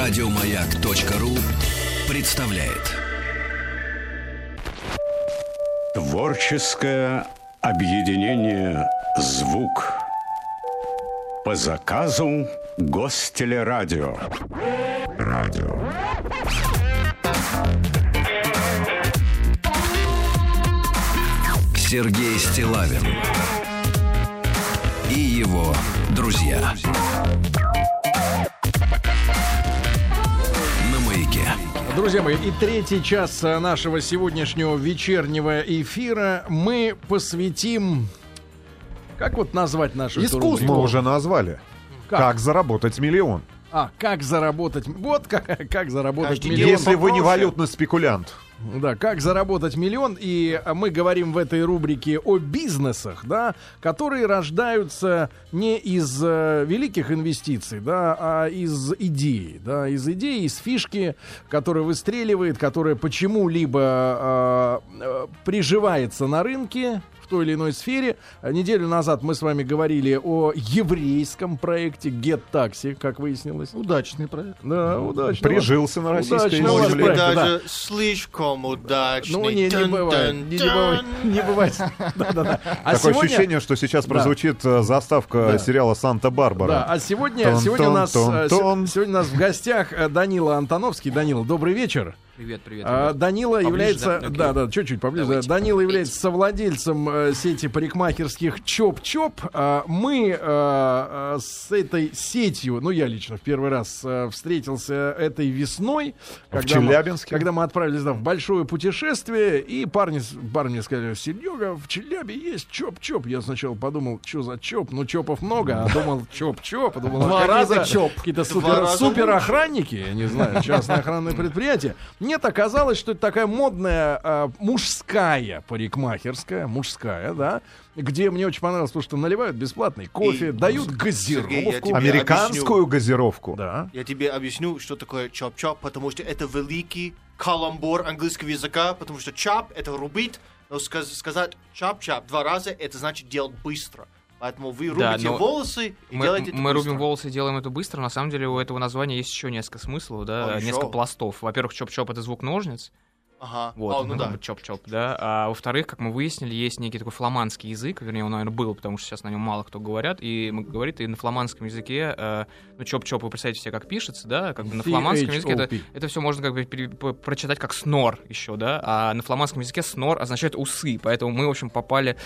Радиомаяк.ру представляет. Творческое объединение «Звук» по заказу Гостелерадио. Радио. Сергей Стилавин и его друзья. На маяке. Друзья мои, и третий час э, нашего сегодняшнего вечернего эфира мы посвятим... Как вот назвать нашу эту Искусство рубрику? уже назвали. Как? Как? заработать миллион? А, как заработать... Вот как, как заработать Каждый миллион. Если вы не попроще. валютный спекулянт. Да, как заработать миллион. И э, мы говорим в этой рубрике о бизнесах, да, которые рождаются не из э, великих инвестиций, да, а из идеи, да, из идеи, из фишки, которая выстреливает, которая почему-либо э, э, приживается на рынке, в той или иной сфере. Э, Неделю назад мы с вами говорили о еврейском проекте Get Taxi, как выяснилось. Удачный проект. Да, удачно. Прижился на российской удачно у вас Может земле. быть, проект. да. даже слишком удачный. Ну, не, не Тын-тын-тын. бывает. Не, не бывает. Не бывает. Да-да-да. А Такое сегодня- ощущение, что сейчас Да. прозвучит э, заставка Да. сериала Да, «Санта-Барбара». а сегодня, Тон-тон, сегодня, у нас, э, тон-тон. се- сегодня у нас в гостях э, Данила Антоновский. Данила, добрый вечер. Привет, привет. А, ребят. Данила Поближе, является, да? Окей. да, да, чуть-чуть поближе. Давайте. Данила является совладельцем э, сети парикмахерских Чоп-Чоп. А, мы э, э, с этой сетью, ну я лично в первый раз э, встретился этой весной, мы- Челябинске? когда мы отправились да, в большое путешествие, и парни, с- парни сказали, Серега, в Челябе есть Чоп-Чоп. Я сначала подумал, что за Чоп, ну Чопов много, а думал Чоп-Чоп. а думал, Два какие-то- раза Чоп. Какие-то Два супер, раза супер охранники, я не знаю, частное охранное предприятие. Нет, оказалось, что это такая модная а, мужская парикмахерская, мужская, да, где мне очень понравилось, потому что наливают бесплатный кофе, И, дают Сергей, я газировку. тебе Американскую объясню. газировку. Да. Я тебе объясню, что такое чоп-чоп, потому что это великий каламбур английского языка, потому что чап — это рубить, но сказ- сказать чап-чап два раза — это значит делать быстро. Поэтому вы Да, рубите но волосы и Мы, делаете это мы быстро. рубим волосы и делаем это быстро. На самом деле у этого названия есть еще несколько смыслов, да, А, еще? несколько пластов. Во-первых, чоп-чоп это звук ножниц. Ага. Вот, типа, А, ну да. чоп-чоп, да. А во-вторых, как мы выяснили, есть некий такой фламандский язык, вернее, он, наверное, был, потому что сейчас на нем мало кто говорят, и мы говорит, и на фламандском языке, э, ну, чоп-чоп, вы представляете себе, как пишется, да, как бы на фламандском языке это, CHOP. это все можно как бы пере- п- прочитать как снор еще, да, а на фламандском языке снор означает усы, поэтому мы, в общем, попали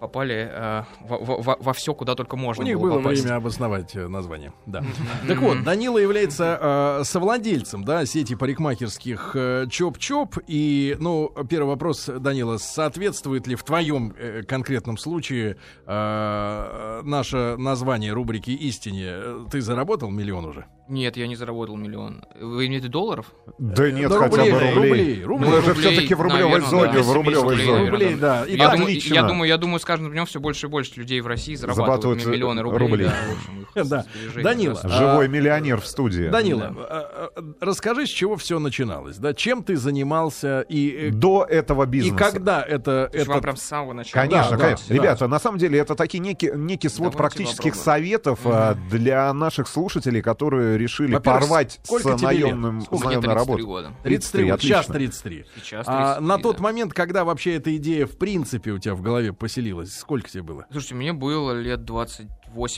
попали э, во, все, куда только можно У них было было попасть. время обосновать э, название. Да. Так вот, Данила является э, совладельцем да, сети парикмахерских э, Чоп-Чоп. И, ну, первый вопрос, Данила, соответствует ли в твоем э, конкретном случае э, наше название рубрики «Истине»? Э, Ты заработал миллион уже? Нет, я не заработал миллион. Вы имеете долларов? Да нет, Да Ну, хотя рублей, бы да, рублей. рублей, Ну, рублей. Мы же Рублей, все-таки в рублевой наверное, зоне, да. в рублевой Рублей, зоне. наверное. Рублей, да. И я, так- думаю, отлично. я думаю, я думаю, с каждым днем все больше и больше людей в России зарабатывают, Зарабатывают, э, миллионы рублей. рублей. да, в общем, их Да. сбережения Данила, просто. Живой А, миллионер в студии. Данила, э, э, расскажи, с чего все начиналось, да? Чем ты занимался и, э, До этого и бизнеса. когда это... То есть этот- вам прям с самого начала. Конечно, Да, да, конечно. да. Ребята, на самом деле это такие некий, некий свод Давайте практических попробуем. советов а, для наших слушателей, которые решили Во-первых, порвать с сколько тебе лет? наемным, с Мне наемной 33 работой. года. 33, вот сейчас отлично. 33. Сейчас А 33, на тот да. момент, когда вообще эта идея в принципе у тебя в голове поселилась, сколько тебе было? Слушайте, мне было лет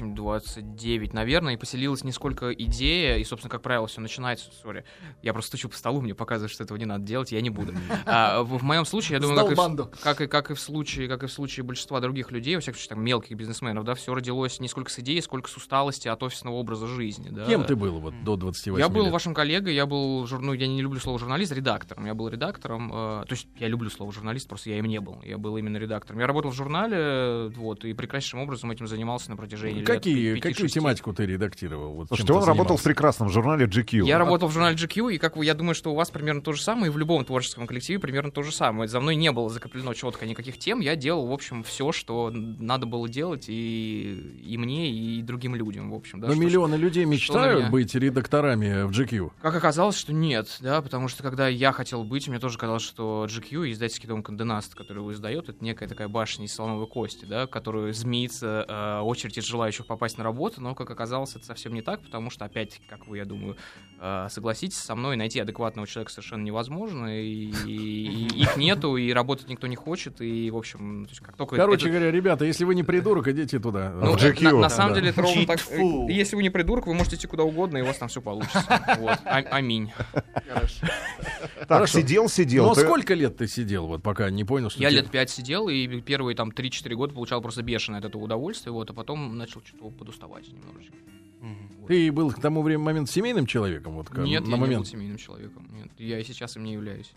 28-29, наверное, и поселилась несколько идея, и, собственно, как правило, все начинается... Сори, я просто стучу по столу, мне показывают, что этого не надо делать, я не буду. А, в, моем случае, я думаю, как и, в- Столбанду. как, и, как, и в случае, как и в случае большинства других людей, во всяком случае, там, мелких бизнесменов, да, все родилось не сколько с идеи, сколько с усталости от офисного образа жизни. Да. Кем ты был вот до 28 Я был лет? вашим коллегой, я был, жур- ну, я не люблю слово журналист, редактором. Я был редактором, э, то есть я люблю слово журналист, просто я им не был. Я был именно редактором. Я работал в журнале, э, вот, и прекраснейшим образом этим занимался на протяжении лет Какие, пяти- какую шести. тематику ты редактировал? Вот чем Слушайте, ты он работал в занимался? прекрасном журнале GQ. Я работал в журнале GQ, и как вы, я думаю, что у вас примерно то же самое, и в любом творческом коллективе примерно то же самое. За мной не было закреплено четко никаких тем, я делал, в общем, все, что надо было делать и, и мне, и другим людям, в общем. Да, Но что- миллионы людей на мечтают меня? быть редакторами в GQ. Как оказалось, что нет, да, потому что когда я хотел быть, мне тоже казалось, что GQ, и издательский дом Конденаст, который его издает, это некая такая башня из слоновой кости, да, которую змеится э, очередь из желающих попасть на работу, но, как оказалось, это совсем не так, потому что, опять, как вы, я думаю, э, согласитесь со мной, найти адекватного человека совершенно невозможно, и, и их нету, и работать никто не хочет, и, в общем, ну, то есть как только... Короче это- говоря, ребята, если вы не придурок, идите туда. ну, в GQ. на, на Да, самом да. деле, это ровно так. Читфу. э, Если вы не придурок, вы можете идти куда угодно, и у вас там все получится. Вот. А- Аминь. Так, Хорошо. сидел, сидел. Но ты- сколько лет ты сидел, вот пока не понял, что Я тебе- лет пять сидел, и первые там 3-4 года получал просто бешеное от этого удовольствие, вот, а потом начал что-то подуставать немножечко. Ты был к тому времени момент семейным человеком, вот как- Нет, а на я не был момент. семейным человеком. Нет, я и сейчас им не являюсь.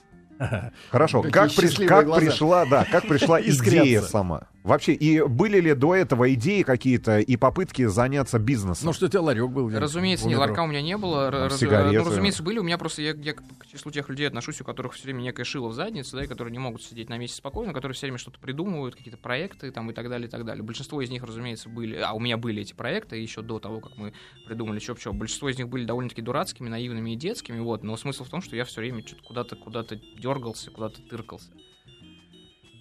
Хорошо, Какие как, приш- счастливые как глаза. пришла, да, как пришла Искрятся. идея сама? Вообще, и были ли до этого идеи какие-то и попытки заняться бизнесом? Ну что у тебя ларек был? где-то Разумеется, в не, метро? ларька у меня не было. Там Р- раз- сигареты. ну, разумеется, были. У меня просто я, я к числу тех людей отношусь, у которых все время некое шило в заднице, да, и которые не могут сидеть на месте спокойно, которые все время что-то придумывают, какие-то проекты там и так далее, и так далее. Большинство из них, разумеется, были. А у меня были эти проекты еще до того, как мы придумали чоп-чоп. Большинство из них были довольно-таки дурацкими, наивными и детскими. Вот, но смысл в том, что я все время что-то куда-то куда-то дергался, куда-то тыркался.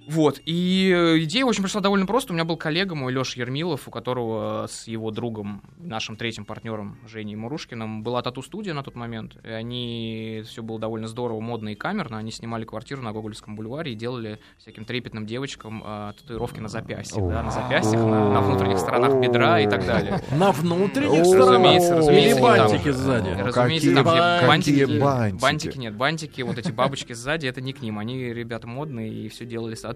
Вот, и э, идея, в общем, пришла довольно просто. У меня был коллега мой, Леша Ермилов, у которого э, с его другом, нашим третьим партнером Женей Мурушкиным, была тату-студия на тот момент. И они, все было довольно здорово, модно и камерно. Они снимали квартиру на Гогольском бульваре и делали всяким трепетным девочкам э, татуировки на запястьях, да, на запястьях, на, на внутренних сторонах бедра и так далее. На внутренних О, сторонах? Разумеется, разумеется, Или не там бантики же. сзади? Разумеется, Какие там нет бантики? бантики, Какие бантики? бантики нет, бантики, вот эти бабочки сзади, это не к ним, они ребята модные и все делали соответствующе.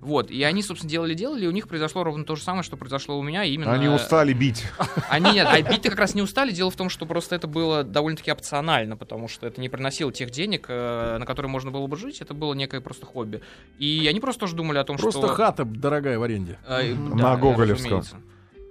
Вот, и они, собственно, делали-делали, и у них произошло ровно то же самое, что произошло у меня, и Ну, именно... Они устали бить. Они нет, а бить-то как раз не устали. Дело в том, что просто это было довольно-таки опционально, потому что это не приносило тех денег, э, на которые можно было бы жить. Это было некое просто хобби. И они просто тоже думали о том, Просто что... хата дорогая в аренде. Э, Мгм. На э, Гоголевском. разумеется.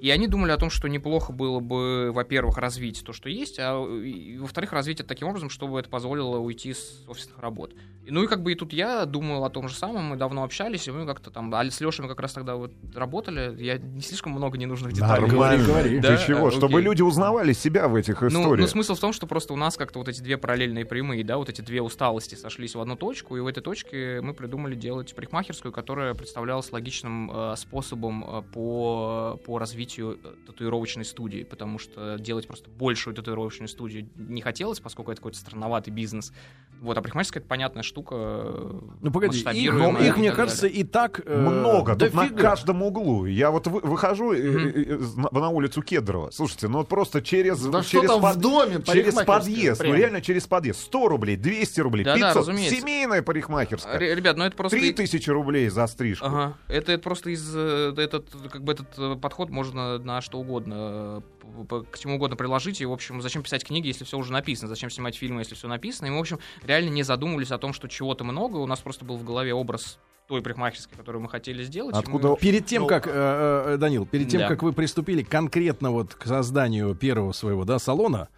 И они думали о том, что неплохо было бы, во-первых, развить то, что есть, а и, во-вторых, развить это таким образом, чтобы это позволило уйти с офисных работ. И, Ну и как бы и тут я думал о том же самом, мы давно общались, и мы как-то там, а с Лешей мы как раз тогда вот работали, я не слишком много ненужных деталей. Нормально. Ты говори. Да, чего? э, Чтобы окей. люди узнавали себя в этих Ну, историях. ну, смысл в том, что просто у нас как-то вот эти две параллельные прямые, да, вот эти две усталости сошлись в одну точку, и в этой точке мы придумали делать парикмахерскую, которая представлялась логичным э, способом э, по, по развитию э, татуировочной студии, потому что делать просто большую татуировочную студию не хотелось, поскольку это какой-то странноватый бизнес. Вот, а парикмахерская — это понятная штука. э, Ну погоди, их, масштабируемая ну, и их, так мне далее. кажется, и так... э, Много, да тут на фига. каждом углу. Я вот вы- выхожу э, э, э, на на улицу Кедрова. Слушайте, ну вот просто через, Да что через, там под- в доме? через парикмахерская? подъезд. Прям. Ну реально через подъезд. 100 рублей, 200 рублей, Да-да, 500. разумеется. Семейная парикмахерская. Ре- Ребят, ну это просто... 3000 рублей за стрижку. Ага. Это, это просто из э, этот как бы этот э, подход можно на что угодно э, п- п- к чему угодно приложить. И, в общем, зачем писать книги, если все уже написано? Зачем снимать фильмы, если все написано? И мы, в общем, реально не задумывались о том, что чего-то много. У нас просто был в голове образ той прихмахерской, которую мы хотели сделать. и Откуда- мы- Перед тем, Ну, как, э, э, Данил, перед тем, да. как вы приступили конкретно вот к созданию первого своего, да, салона,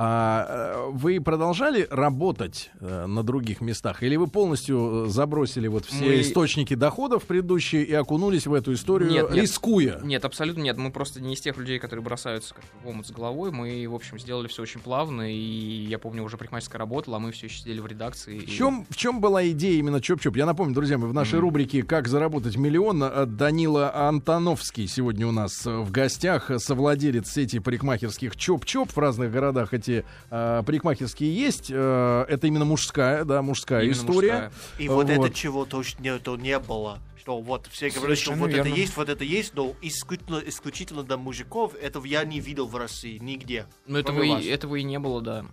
а, э, вы продолжали работать э, на других местах? Или вы полностью э, забросили вот все Мы- источники доходов предыдущие и окунулись в эту историю, Нет, нет. рискуя? Нет, абсолютно нет. Мы просто не из тех людей, которые бросаются как в омут с головой. Мы, в общем, сделали все очень плавно. И я помню, уже прихмахерская работала, а мы все еще сидели в редакции. и- В чем, в чем была идея именно Чоп-Чоп? Я напомню, друзья, мы в нашей рубрике «Как заработать миллион» э, Данила Антоновский сегодня у нас э, в гостях, э, совладелец сети парикмахерских Чоп-Чоп. В разных городах эти э, парикмахерские есть. Э, это именно мужская, да, мужская Именно история. Э, мужская. И вот, Вот. это чего точно не, то не было. Что вот все говорят, что Совершенно вот верно. это есть, вот это есть, но исключительно, исключительно для мужиков этого я не видел в России нигде. Но этого Кроме вас. и, этого и не было, да.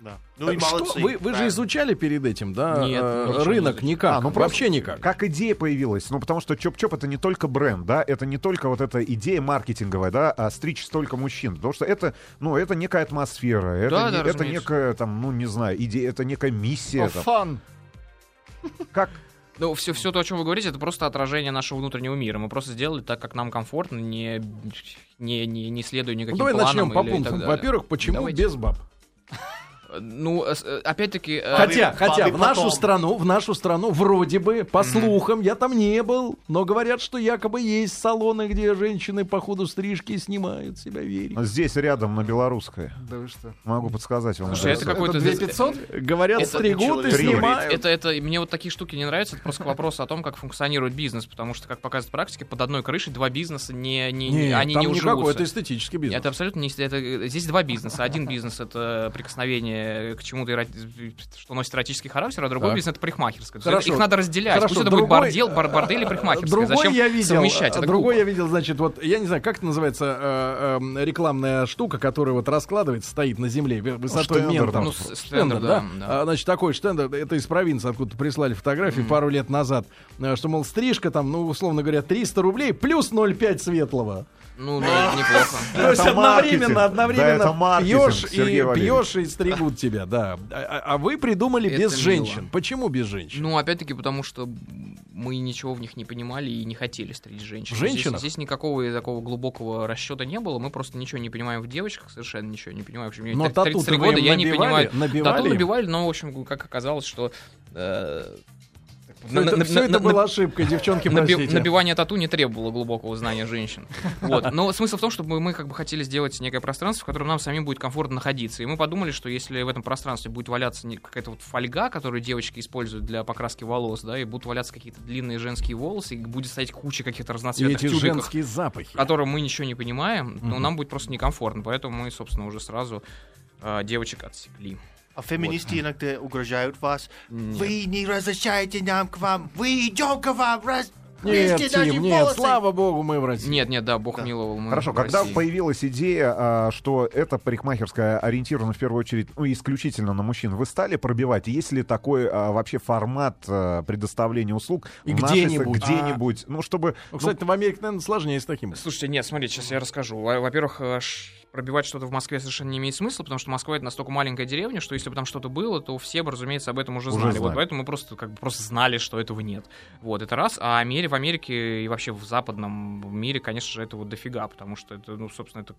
Да. Ну и Что? молодцы. Вы, вы же Да. изучали перед этим, да, Нет, э, ничего не рынок изучал. никак, А, ну просто- вообще никак. Как идея появилась? Ну, потому что Чоп-Чоп это не только бренд, да, это не только вот эта идея маркетинговая, да, а стричь столько мужчин. Потому что это, ну, это некая атмосфера, это, Да, не- да, это разумеется. некая, там, ну, не знаю, идея, это некая миссия. А О, там. фан. Как Ну, все, все то, о чем вы говорите, это просто отражение нашего внутреннего мира. Мы просто сделали так, как нам комфортно, не, не, не, не следуя Ну, никаким давай планам начнем по или и так пунктам. далее. Во-первых, почему Давайте. без баб? Э, Ну, э, с- э, опять-таки... э, Хотя, Бабы- хотя бабы в нашу потом. страну, в нашу страну, вроде бы, по слухам, я там не был, но говорят, что якобы есть салоны, где женщины по ходу стрижки снимают себя верить. Ну, Здесь рядом, на Белорусской. Да вы что? Могу подсказать вам. Слушай, адрес. это какой-то... 2500? Говорят, Это стригут и человек. снимают. Это, это, мне вот такие штуки не нравятся, это просто вопрос о том, как функционирует бизнес, потому что, как показывает практика, под одной крышей два бизнеса, не, не, не- Нет, они там не никакой, уживутся. это эстетический бизнес. Это абсолютно не... Это, э, здесь два бизнеса. Один бизнес — это прикосновение к чему-то, эро- что носит эротический характер, а другой Так. бизнес — это парикмахерская. То есть Хорошо. Их надо разделять. Хорошо, Пусть это будет другой- э, бордел, бар- бордель и парикмахерская. Другой Зачем я видел. совмещать? Это другой глупо. я видел, значит, вот я не знаю, как это называется э, эм, рекламная штука, которая вот раскладывается, стоит на земле ве- высотой штендер, метр. там. Ну, с- стендер, да. да. А, значит, такой штендер, это из провинции, откуда прислали фотографии пару лет назад, э, что, мол, стрижка там, ну, условно говоря, 300 рублей плюс 0,5 светлого. Ну, да, неплохо. То есть это маркетинг. одновременно, Да, это одновременно маркетинг, пьешь, Сергей и, Валерьевич. пьешь и стригут тебя, да. А, а- а вы придумали Это без мило. женщин. Почему без женщин? Ну, опять-таки, потому что мы ничего в них не понимали и не хотели стричь женщин. В женщинах? Здесь, здесь никакого такого глубокого расчета не было. Мы просто ничего не понимаем в девочках, совершенно ничего не понимаем. В общем, мне Но 33 тату-то вы года, им я не набивали? понимаю. Набивали Тату им? набивали, но, в общем, как оказалось, что... э, Всё на- ну, это, на- всё на- это на- была ошибка, девчонки, Наби- простите. набивание тату не требовало глубокого знания женщин. Вот. Но смысл в том, чтобы мы как бы хотели сделать некое пространство, в котором нам самим будет комфортно находиться. И мы подумали, что если в этом пространстве будет валяться не- какая-то вот фольга, которую девочки используют для покраски волос, да, и будут валяться какие-то длинные женские волосы, и будет стоять куча каких-то И разноцветных эти тюбиков, женские запахи. которым мы ничего не понимаем, но Мгм. нам будет просто некомфортно. Поэтому мы, собственно, уже сразу э, девочек отсекли. А феминисты иногда угрожают вас. Нет. Вы не разрешаете нам к вам. Вы идем к вам. Раз... Нет, лезьте наши Тим, нет, волосы!» слава богу, мы в России. Ну, Нет, нет, да, бог Да. миловал. мы Хорошо, в когда России. появилась идея, а, что эта парикмахерская ориентирована в первую очередь ну, исключительно на мужчин, вы стали пробивать? Есть ли такой а, вообще формат а, предоставления услуг? И в нашей где-нибудь. стране? Где-нибудь. Ну, чтобы... Ну, кстати, в Америке, наверное, сложнее с таким. Слушайте, нет, смотрите, сейчас я расскажу. Во- Во-первых, э, ш- пробивать что-то в Москве совершенно не имеет смысла, потому что Москва это настолько маленькая деревня, что если бы там что-то было, то все бы, разумеется, об этом уже Уже знали. знали. Вот поэтому мы просто как бы просто знали, что этого нет. Вот, это раз. А Амери- в Америке и вообще в западном мире, конечно же, этого дофига, потому что это, ну, собственно, это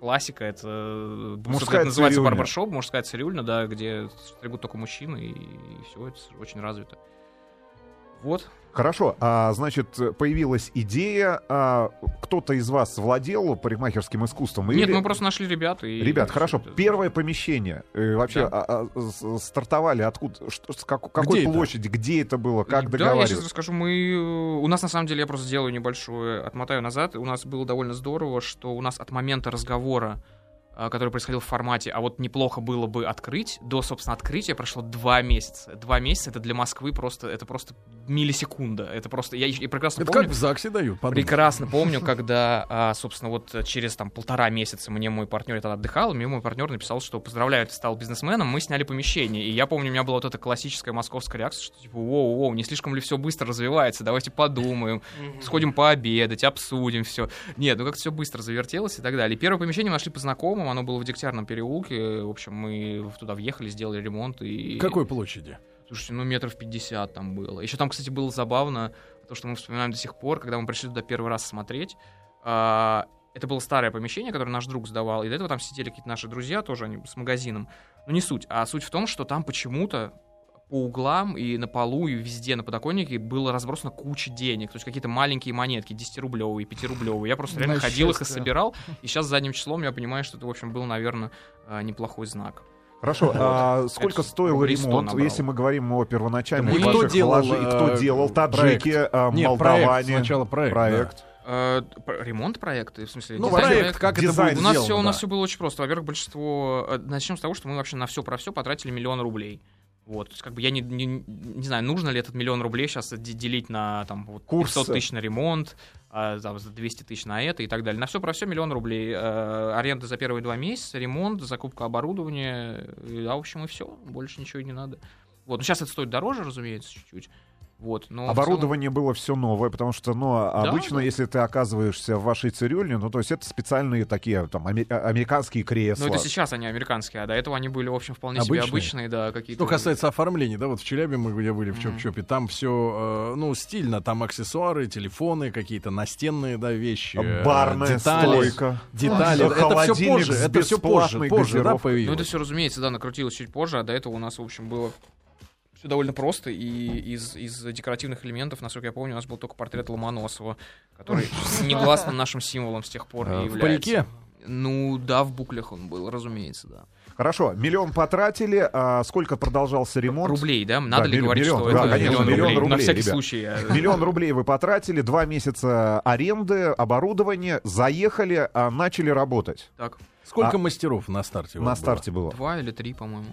классика, это э, собственно, Мужская это называется цирюльня. барбершоп, мужская цирюльна, да, где стригут только мужчины, и, все это очень развито. Вот. Хорошо, а, значит, появилась идея, а, кто-то из вас владел парикмахерским искусством? Нет, или- мы просто нашли ребят и. Ребят, всё хорошо, это- первое помещение. э, вообще, Да. а, а, с- стартовали откуда? Что- с как- какой Где это? площади? Где это было? Как Да, я сейчас договаривались? расскажу. Мы... э, У нас, на самом деле, я просто сделаю небольшую... э, Отмотаю назад. У нас было довольно здорово, что у нас от момента разговора, э, который происходил в формате, а вот неплохо было бы открыть, до, собственно, открытия прошло два месяца. Два месяца — это для Москвы просто... Это просто миллисекунда. Это просто... Я, ещё- я прекрасно Это помню... как в ЗАГСе дают, подумай. ну, Прекрасно помню, когда, а, собственно, вот э, через там полтора месяца мне мой партнер, я тогда отдыхал, мне мой партнер написал, что поздравляю, ты стал бизнесменом, мы сняли помещение. И я помню, у меня была вот эта классическая московская реакция, что типа, воу-воу, не слишком ли все быстро развивается, давайте подумаем, Мгм. сходим пообедать, обсудим все. Нет, ну как-то все быстро завертелось и так далее. Первое помещение мы нашли по знакомым, оно было в Дегтярном переулке, в общем, мы туда въехали, сделали ремонт и... Какой площади? Слушайте, ну метров 50 там было. Еще там, кстати, было забавно, то, что мы вспоминаем до сих пор, когда мы пришли туда первый раз смотреть. а, это было старое помещение, которое наш друг сдавал, и до этого там сидели какие-то наши друзья тоже, они с магазином. Но не суть. А суть в том, что там почему-то по углам и на полу, и везде на подоконнике было разбросано куча денег. То есть какие-то маленькие монетки, 10-рублевые, 5-рублевые. Я просто реально На ходил их и счастье. собирал. И сейчас задним числом я понимаю, что это, в общем, был, наверное, э, неплохой знак. Хорошо, а сколько Это стоил рублей сто ремонт, набрал. если мы говорим о первоначальном И кто делал, и кто э, делал, проект? таджики, а, Нет, проект, молдаване, сначала проект. проект. Э, п- ремонт проекта? В смысле, Ну, дизайн проект, проекта? как это дизайн будет У нас, сделано, все, у да. нас все было очень просто. Во-первых, большинство... э, Начнем с того, что мы вообще на все про все потратили миллион рублей. Вот, то есть, как бы я не, не, не знаю, нужно ли этот миллион рублей сейчас де- делить на там вот Курсы. 500 тысяч на ремонт, а, там, за 200 тысяч на это и так далее. На все про все миллион рублей. Э, аренда за первые два месяца, ремонт, закупка оборудования, э, а в общем и все, больше ничего и не надо. Вот, ну сейчас это стоит дороже, разумеется, чуть-чуть. Вот, но в Оборудование было все новое, потому что, ну, обычно, да. если ты оказываешься в вашей цирюльне, ну, то есть это специальные такие, там, аме- а- американские кресла. целом- Ну, это сейчас они американские, а до этого они были, в общем, вполне себе Обычные? обычные, да, какие-то. Что касается оформления, да, вот в Челябе мы где были в Чоп-Чопе, там все, ну, стильно, там аксессуары, телефоны, какие-то настенные, да, вещи, э, Барная детали, стойка. детали. Ой, это все холодильник позже, с это все позже, бесплатной позже, да, газировкой. Ну, это появилось. все, разумеется, да, накрутилось чуть позже, а до этого у нас, в общем, было все довольно просто, и из, из декоративных элементов, насколько я помню, у нас был только портрет Ломоносова, который негласным нашим символом с А, тех пор и Э, в является. парике? Ну да, в буклях он был, разумеется, да. Хорошо, миллион потратили, а сколько продолжался ремонт? Рублей, да? Надо Да, ли милли- говорить, миллион, что да, это конечно, миллион На рублей, всякий ребят. случай. я- Миллион рублей вы потратили, два месяца аренды, оборудование, заехали, а начали работать. Так, Сколько мастеров на старте? у А, На вас было? старте было. два или три, по-моему.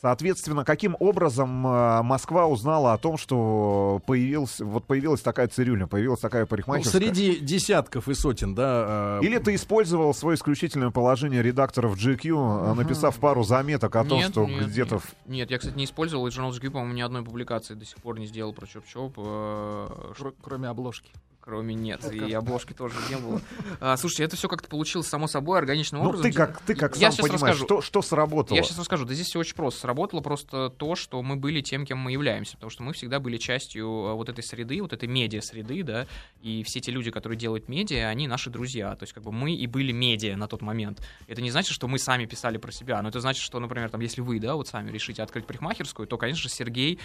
Соответственно, каким образом э, Москва узнала о том, что появился, вот появилась такая цирюльня, появилась такая Ну, парикмахерская? среди десятков и сотен, да. э, Или ты использовал свое исключительное положение редакторов GQ, э, написав пару заметок о том, Нет, что нет, где-то... нет. в- Нет, я, кстати, не использовал, и журнал GQ, по-моему, ни одной публикации до сих пор не сделал про Чоп-Чоп. э, ш- Кро- Кроме обложки. Кроме нет, и обложки тоже не было. А, Слушайте, это все как-то получилось само собой, органичным Ну, образом. ты как, ты как Я сам щас понимаешь, расскажу. что, что сработало? Я сейчас расскажу. Да здесь все очень просто. Сработало просто то, что мы были тем, кем мы являемся. Потому что мы всегда были частью э, вот этой среды, вот этой медиа-среды, да. И все те люди, которые делают медиа, они наши друзья. То есть как бы мы и были медиа на тот момент. Это не значит, что мы сами писали про себя. Но это значит, что, например, там, если вы, да, вот сами решите открыть парикмахерскую, то, конечно, Сергей...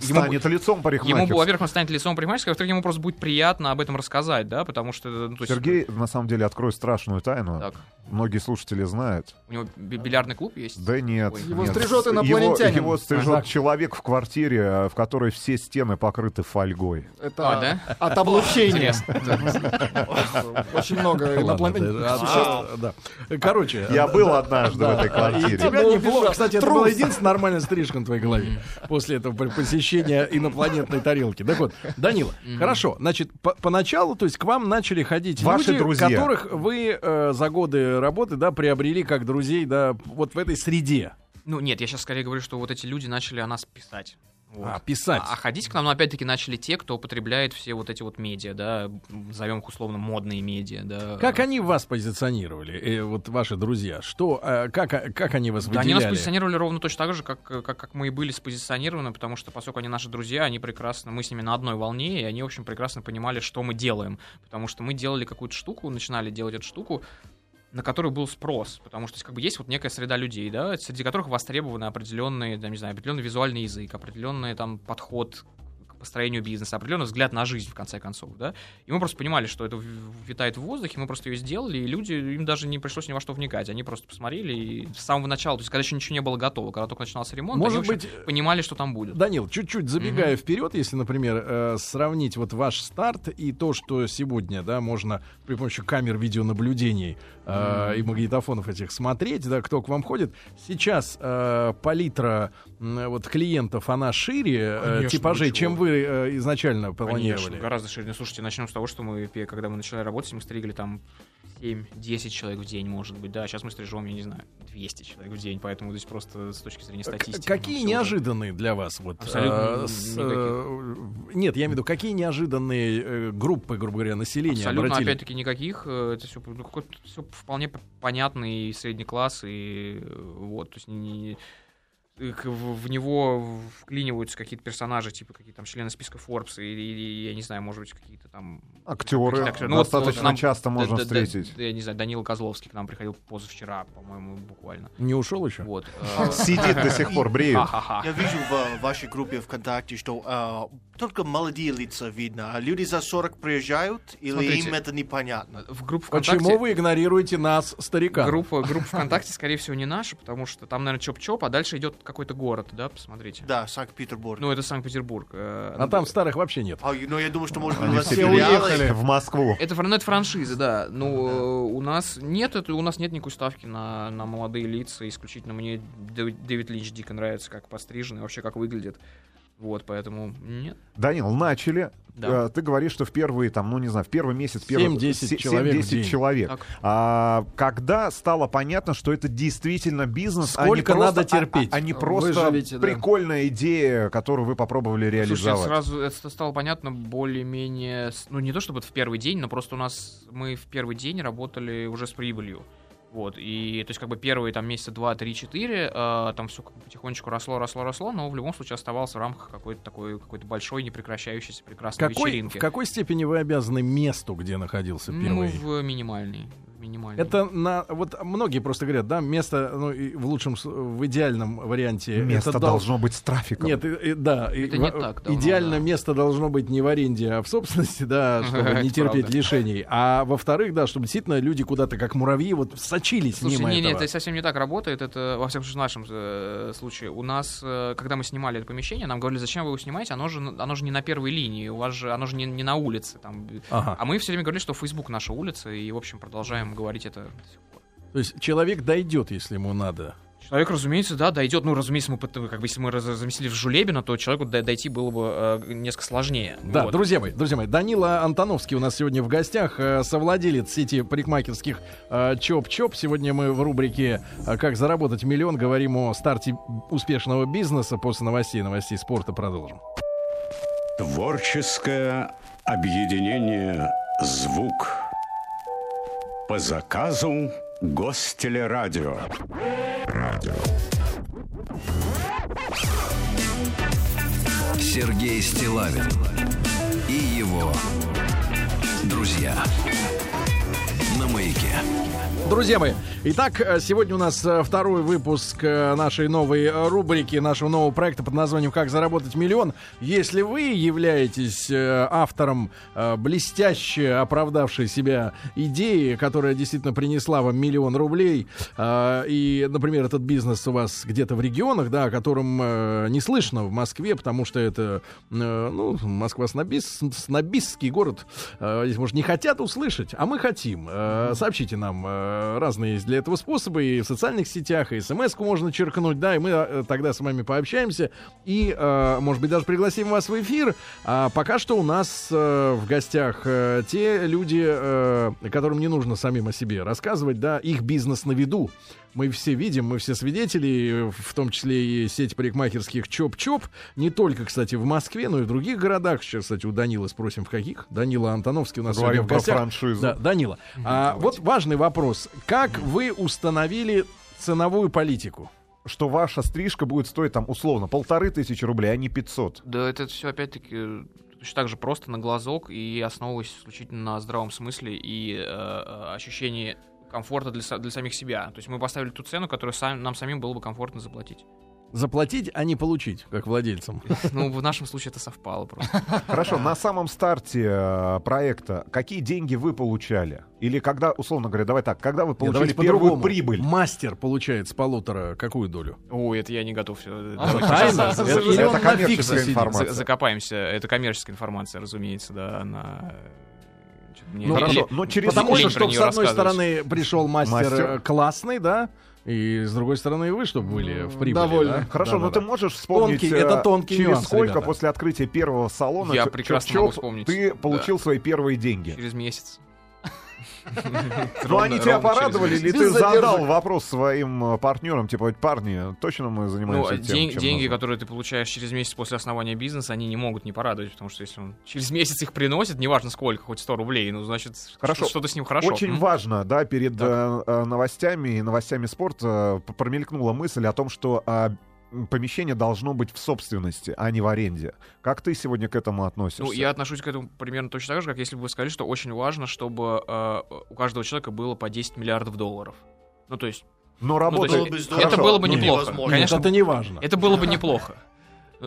ему Станет лицом парикмахерской. Ему, бу- во-первых, он станет лицом парикмахерской, а во-вторых, ему просто будет приятно об этом рассказать, да, потому что... ну, то есть- Сергей, на самом деле, открою страшную тайну. Так, Многие слушатели знают. у него би- бильярдный клуб есть? Да нет. Ой. Его нет. стрижет Его- инопланетянин. Его, стрижет человек в квартире, э, в которой все стены покрыты фольгой. Это А, да? от облучения. Интересно. Типа, Очень много ладно, инопланетян. да, а, слушай, да. Короче, Я был однажды в этой И тебя квартире. был неплохо. убежал. Кстати, это Трус. была единственная нормальная стрижка на твоей голове после этого при- посещения инопланетной тарелки. Так вот, Данила, хорошо. Значит, по- поначалу, то есть к вам начали ходить Ваши люди, друзья. которых вы э, за годы работы, да, приобрели как друзей, да, вот в этой среде. Ну, нет, я сейчас скорее говорю, что вот эти люди начали о нас писать. Вот. А, писать. А ходить к нам, ну, опять-таки, начали те, кто употребляет все вот эти вот медиа, да, назовем их условно модные медиа, да. Как они вас позиционировали, э, вот ваши друзья? Что, э, как, а- как они вас Да, выделяли? они нас позиционировали ровно точно так же, как, как, как мы и были спозиционированы, потому что, поскольку они наши друзья, они прекрасно, мы с ними на одной волне, и они, в общем, прекрасно понимали, что мы делаем. Потому что мы делали какую-то штуку, начинали делать эту штуку, на которую был спрос, потому что как бы есть вот некая среда людей, да, среди которых востребованы определенные, там, не знаю, определенный визуальный язык, определенный там подход к построению бизнеса, определенный взгляд на жизнь, в конце концов, да. И мы просто понимали, что это в- витает в воздухе, мы просто ее сделали, и люди, им даже не пришлось ни во что вникать, они просто посмотрели и с самого начала, то есть когда еще ничего не было готово, когда только начинался ремонт, Может они, в общем, быть, э, понимали, что там будет. Данил, чуть-чуть забегая вперед, если, например, э, сравнить вот ваш старт и то, что сегодня, да, можно при помощи камер видеонаблюдений э, и магнитофонов этих смотреть, да, кто к вам ходит. Сейчас э, палитра м, вот клиентов она шире э, Конечно, типажей, вы чего? чем вы э, изначально планировали. Конечно, гораздо шире. Ну, слушайте, начнем с того, что мы, пе- когда мы начали работать, мы стригли там 7-10 человек в день, может быть, да. Сейчас мы стрижем, я не знаю, 200 человек в день, поэтому здесь просто с точки зрения Э, К- статистики. Какие ну, всё уже. неожиданные для вас вот? Абсолютно э, с, никаких. э, нет, я имею в виду, какие неожиданные э, группы, грубо говоря, населения Абсолютно, обратили? опять-таки, никаких. э, Это все, все вполне п- понятный средний класс, и э, вот, то есть не- не- э, к- в в него вклиниваются какие-то персонажи, типа какие-то там члены списка Forbes, или, или, я не знаю, может быть, какие-то там... Актеры какие-то актеры. Ну, вот- достаточно вот нам- часто можно Да- да- да- встретить. да, я не знаю, Данила Козловский к нам приходил позавчера, по-моему, буквально. Не ушел еще? Вот. э, Сидит до сих пор, бреет. Я вижу в э, вашей группе ВКонтакте, что а, только молодые лица видно, а люди за 40 приезжают, или Смотрите. им это непонятно. В группу ВКонтакте... Почему вы игнорируете нас, старика? Группа, группа ВКонтакте, скорее всего, не наша, потому что там, наверное, чоп-чоп, а дальше идет какой-то город, да, посмотрите. Да, Санкт-Петербург. Ну, это Санкт-Петербург. э, А ну, там старых вообще нет. А, ну, я думаю, что, может быть, у Они вас все филиалы. переехали в Москву. Это, фран- ну, это франшиза, да. Ну, э, у нас нет, это, у нас нет никакой ставки на, на молодые лица. Исключительно мне Дэ- Дэвид Линч дико нравится, как пострижен и вообще как выглядит. Вот, поэтому нет. Данил, начали. Да. А, Э, Ты говоришь, что в первые, там, ну не знаю, в первый месяц, первый 7-10 се- человек в 7-10 день. человек. Так. А, когда стало понятно, что это действительно бизнес, а не Сколько просто- надо а- терпеть? а, не просто Выживите, да. прикольная идея, которую вы попробовали реализовать. Слушай, сразу это стало понятно более-менее, с- ну не то чтобы в первый день, но просто у нас мы в первый день работали уже с прибылью. Вот, и то есть как бы первые там месяца два, три, четыре, э, там все потихонечку росло, росло, росло, но в любом случае оставался в рамках какой-то такой, какой-то большой, непрекращающейся прекрасной Какой, в вечеринки. какой степени вы обязаны месту, где находился Ну, впервые? в минимальный. в минимальный. Это на вот многие просто говорят, да, место, ну и в лучшем, с- в идеальном варианте Место это дол- должно быть с трафиком. Нет, и- и- да, и Это не в- так давно, идеально да. место должно быть не в аренде, а в собственности, да, чтобы Это не терпеть правда. лишений. А во-вторых, да, чтобы действительно люди куда-то как муравьи вот сочились Слушай, мимо не, не, этого. это совсем не так работает. Это, во всяком случае, в нашем э, случае. У нас, э, когда мы снимали это помещение, нам говорили, зачем вы его снимаете, оно же, оно же не на первой линии, у вас же, оно же не, не на улице. Там. Ага. А мы все время говорили, что Facebook наша улица, и, в общем, продолжаем говорить это до сих пор. То есть человек дойдет, если ему надо. Человек, разумеется, да, дойдет. Ну, разумеется, мы пот- как бы если мы раз- разместили в Жулебино, то человеку д- дойти было бы э, несколько сложнее. Да, Вот. друзья мои, друзья мои, Данила Антоновский у нас сегодня в гостях, э, совладелец сети парикмахерских э, Чоп-Чоп. сегодня мы в рубрике э, «Как заработать миллион» говорим о старте успешного бизнеса. После новостей, новостей спорта продолжим. Творческое объединение «Звук». По заказу Гостелерадио. Сергей Стилавин и его друзья на маяке. Друзья мои, итак, э, сегодня у нас э, второй выпуск э, нашей новой э, рубрики, нашего нового проекта под названием «Как заработать миллион». Если вы являетесь э, автором э, блестяще оправдавшей себя идеи, которая действительно принесла вам миллион рублей, э, и, например, этот бизнес у вас где-то в регионах, да, о котором э, не слышно в Москве, потому что это, э, ну, Москва снобис, снобистский город, э, здесь, может, не хотят услышать, а мы хотим. Э, сообщите нам, э, разные есть для этого способы, и в социальных сетях, и смс-ку можно черкнуть, да, и мы э, тогда с вами пообщаемся, и, э, может быть, даже пригласим вас в эфир. А пока что у нас э, в гостях э, те люди, э, которым не нужно самим о себе рассказывать, да, их бизнес на виду. Мы все видим, мы все свидетели, в том числе и сеть парикмахерских Чоп-Чоп. Не только, кстати, в Москве, но и в других городах. Сейчас, кстати, у Данила спросим, в каких. Данила Антоновский у нас Говорим сегодня в про гостях. франшизу. Да, Данила, а, вот важный вопрос. Как вы установили ценовую политику? Что ваша стрижка будет стоить там условно полторы тысячи рублей, а не 500. Да, это все опять-таки точно так же просто на глазок и основываясь исключительно на здравом смысле и э, ощущении комфорта для, са- для самих себя. То есть мы поставили ту цену, которую сам- нам самим было бы комфортно заплатить. Заплатить, а не получить, как владельцам. Ну, в нашем случае это совпало просто. Хорошо, на самом старте э, проекта какие деньги вы получали? Или когда, условно говоря, давай так, когда вы Нет, получили давайте первую по-другому. прибыль? Мастер получает с полутора какую долю? Ой, это я не готов. А, всё. Тайна? Это- Или это он на коммерческая фиксе сидит? информация. За- Закопаемся. Это коммерческая информация, разумеется, да. Она... э, чё-то мне- Ну, или- Хорошо, но через Потому лень что, про чтоб неё с одной рассказывать. стороны пришел мастер, Мастер. э, классный, да, и с другой стороны вы, чтобы были в прибыли. довольны. да? Хорошо, Да, но да, ты да. можешь вспомнить, Тонкий- э, это тонкий через нюанс, сколько ребята. после открытия первого салона Я Чоп- прекрасно Чоп-Чоп могу вспомнить. ты получил свои первые деньги. Через месяц. Но они Ровно- тебя ровно через порадовали, месяц. или Без ты задал задержек. вопрос своим э, партнерам, типа, парни, точно мы Ну, занимаемся тем, день- чем деньги, нужно?» которые ты получаешь через месяц после основания бизнеса, они не могут не порадовать, потому что если он через месяц их приносит, неважно сколько, хоть 100 рублей, ну, значит, Хорошо. что- что-то с ним хорошо. Очень М? важно, да, перед Так. э, э, новостями и новостями спорта э, п- промелькнула мысль о том, что а, м, помещение должно быть в собственности, а не в аренде. Как ты сегодня к этому относишься? Ну, я отношусь к этому примерно точно так же, как если бы вы сказали, что очень важно, чтобы э, у каждого человека было по 10 миллиардов долларов. Ну, то есть, Но ну, то работает... есть, Было бы это здорово, было бы но неплохо. невозможно. Нет, Конечно, это не важно. это было бы неплохо.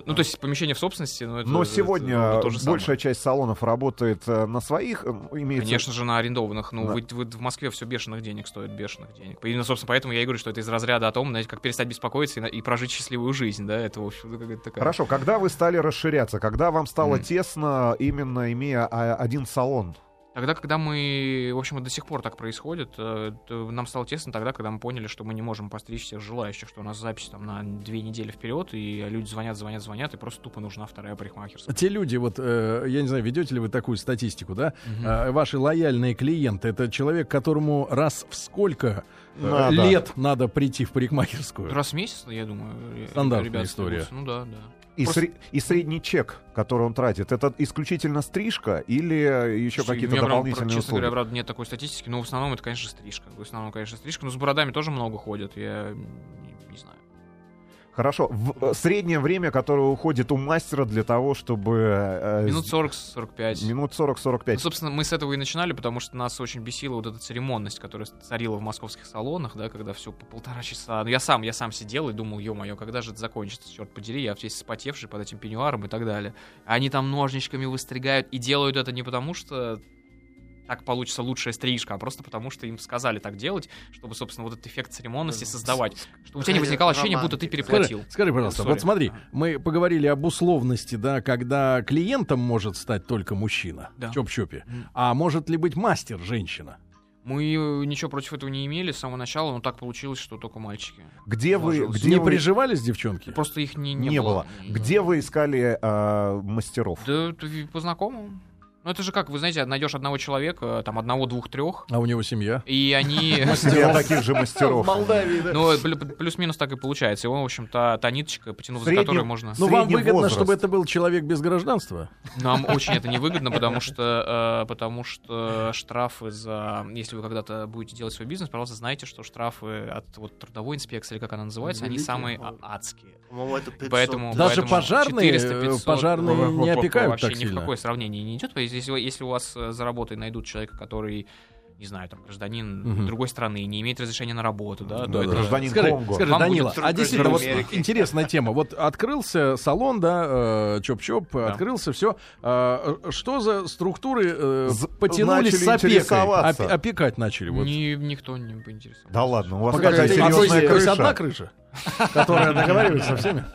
Ну, то есть, помещение в собственности, ну, это Но это- сегодня это то же самое. большая часть салонов работает э, на своих, э, имеется... Конечно же, на арендованных. Ну, Да. вы, вы в Москве все бешеных денег стоит, бешеных денег. И, ну, собственно, поэтому я и говорю, что это из разряда о том, знаете, как перестать беспокоиться и, на- и прожить счастливую жизнь, да, это, в общем, какая-то такая... Хорошо, когда вы стали расширяться, когда вам стало Мгм. тесно, именно имея а, один салон? Тогда, когда мы, в общем, и до сих пор так происходит, э, то нам стало тесно тогда, когда мы поняли, что мы не можем постричь всех желающих, что у нас запись там на две недели вперед, и люди звонят, звонят, звонят, и просто тупо нужна вторая парикмахерская. Те люди, вот, э, я не знаю, ведете ли вы такую статистику, да? Э, ваши лояльные клиенты, это человек, которому раз в сколько э, Надо. лет надо прийти в парикмахерскую? Раз в месяц, я думаю, ре- Стандартная ребята история. стригутся. Ну да, да. И, Просто- сре- и средний чек, который он тратит, это исключительно стрижка или еще Слушай, какие-то у меня, правда, дополнительные Честно говоря, услуги? правда, нет такой статистики, но в основном это, конечно, стрижка. В основном, конечно, стрижка. Но с бородами тоже много ходят, я не, не знаю. Хорошо. В- э, среднее время, которое уходит у мастера для того, чтобы... э, Минут с- 40-45. Минут Ну, 40-45. собственно, мы с этого и начинали, потому что нас очень бесила вот эта церемонность, которая царила в московских салонах, да, когда все по полтора часа. Ну, я сам, я сам сидел и думал, ё-моё, когда же это закончится, черт подери, я весь спотевший под этим пеньюаром и так далее. Они там ножничками выстригают и делают это не потому, что так получится лучшая стрижка, а просто потому, что им сказали так делать, чтобы, собственно, вот этот эффект церемонности создавать. Чтобы у тебя не возникало ощущение, будто ты Романтика. переплатил. Скажи, скажи, пожалуйста, Сори. вот смотри, Ага. мы поговорили об условности, да, когда клиентом может стать только мужчина Да. в чоп-чопе, Мгм. а может ли быть мастер женщина? Мы э, ничего против этого не имели с самого начала, но так получилось, что только мальчики. Где вы... Сложилось. Где не вы- приживались девчонки? Просто их Ну, не, Не, не, было. Не Где вы искали э, мастеров? Да, это ви- по знакомому. Ну это же как, вы знаете, найдешь одного человека, там одного, двух, трех, А у него семья? и они... Для таких же мастеров. Молдавии, да. Ну, пл- плюс-минус так и получается. И он, в общем-то, та ниточка, потянув за Среднем- которую можно... Ну, вам Средний выгодно, возраст. чтобы это был человек без гражданства? Нам очень это невыгодно, потому что, э, потому что штрафы за... Если вы когда-то будете делать свой бизнес, пожалуйста, знайте, что штрафы от вот, трудовой инспекции, или как она называется, они Великие, самые а- по-моему. адские. По-моему, Ну, это 500. Поэтому, Даже поэтому пожарные, 400, 500, э, пожарные ну, не опекают вообще так ни в сильно. какое сравнение не идет. То есть, если, если у вас э, за работой найдут человека, который не знаю, там, гражданин Мгм. другой страны, не имеет разрешения на работу, да, то это- Гражданин скажи, Конго. скажи, Вам Данила, будет трудно а действительно, вот жить в Америке. интересная тема. Вот открылся салон, да, э, чоп-чоп, открылся все. что за структуры э, З- потянулись начали с опекой? интересоваться. Опе- опекать начали. Вот. Ни- никто не поинтересовался. Да ладно, у вас Погоди, а такая то есть- серьезная то есть крыша. одна крыша, которая договаривается со всеми?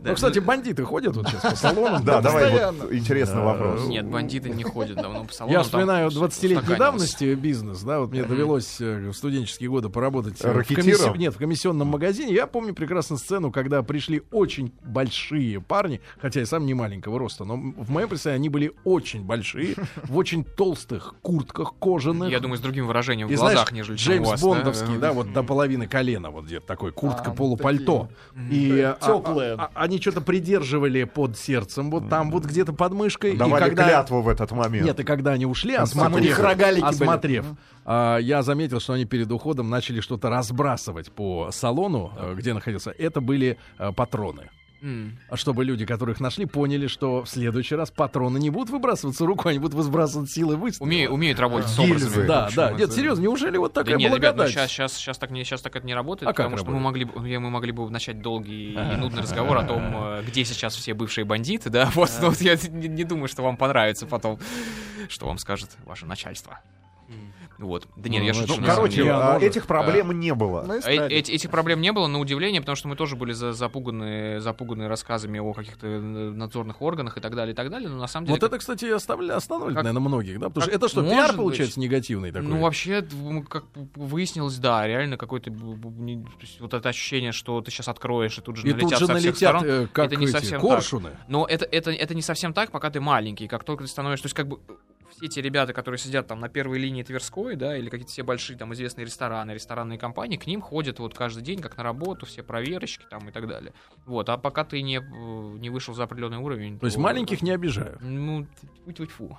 Ну, кстати, бандиты ходят вот сейчас по салонам. Да, давай вот Постоянно. интересный Ну, вопрос. Нет, бандиты не ходят давно по салону. Я А там вспоминаю всё 20-летней устаканилось. давности бизнес, да, вот мне довелось э, в студенческие годы поработать э, в Ракетиром? комисси- нет, в комиссионном магазине. Я помню прекрасно сцену, когда пришли очень большие парни, хотя я сам не маленького роста, но м- в моем представлении они были очень большие, в очень толстых куртках кожаных. Я думаю, с другим выражением в ну, И глазах, знаешь, нежели чем у Джеймс вас. да? Бондовский, да, вот до половины колена, вот где-то такой, куртка, А, ну, полупальто. И а, а, Тёплые. а, они что-то придерживали под сердцем, вот там вот где-то под мышкой. и Давали когда- клятву в этот момент. Нет, и когда они ушли, а у них осмотрев, рогалики были. осмотрев, а, я заметил, что они перед уходом начали что-то разбрасывать по салону, э, где находился. Это были э, патроны. М. А Чтобы люди, которых нашли, поняли, что в следующий раз патроны не будут выбрасываться рукой, они будут выбрасывать силы выстрела. Уме- Умеют работать с Гильзы. образами. в Да, общем, да. это- Нет, серьезно, неужели вот такая да нет, ребят, благодать? ну сейчас, сейчас, сейчас, так, не, сейчас так это не работает, А как потому что мы могли, бы, я- мы могли бы начать долгий и нудный разговор о том, э, где сейчас все бывшие бандиты, да, вот, но вот я не, не думаю, что вам понравится потом, что вам скажет ваше начальство. Вот. Да нет, я Ну, шучу. Ну, на самом короче, деле. Я а, может. Ну, этих проблем не было. Мы Э- стали. эти- этих проблем не было, на удивление, потому что мы тоже были за- запуганы, запуганы рассказами о каких-то э, надзорных органах и так далее, и так далее, но на самом деле... Вот это, кстати, и оставля- останавливает, Как- наверное, многих, да? Потому что как это что, может пиар быть? получается негативный такой? Ну, вообще, т- м, как выяснилось, да, реально какой-то б- б- не- то есть вот это ощущение, что ты сейчас откроешь, и тут же и налетят тут же со всех налетят, сторон. э, как это не эти совсем так. коршуны. Но это, это, это не совсем так, пока ты маленький. Как только ты становишься... То есть как бы все те ребята, которые сидят там на первой линии Тверской, да, или какие-то все большие там известные рестораны, ресторанные компании, к ним ходят вот каждый день как на работу, все проверочки там и так далее. Вот, а пока ты не, э, не вышел за определенный уровень... То есть маленьких не обижают. Ну, тьфу-тьфу-тьфу.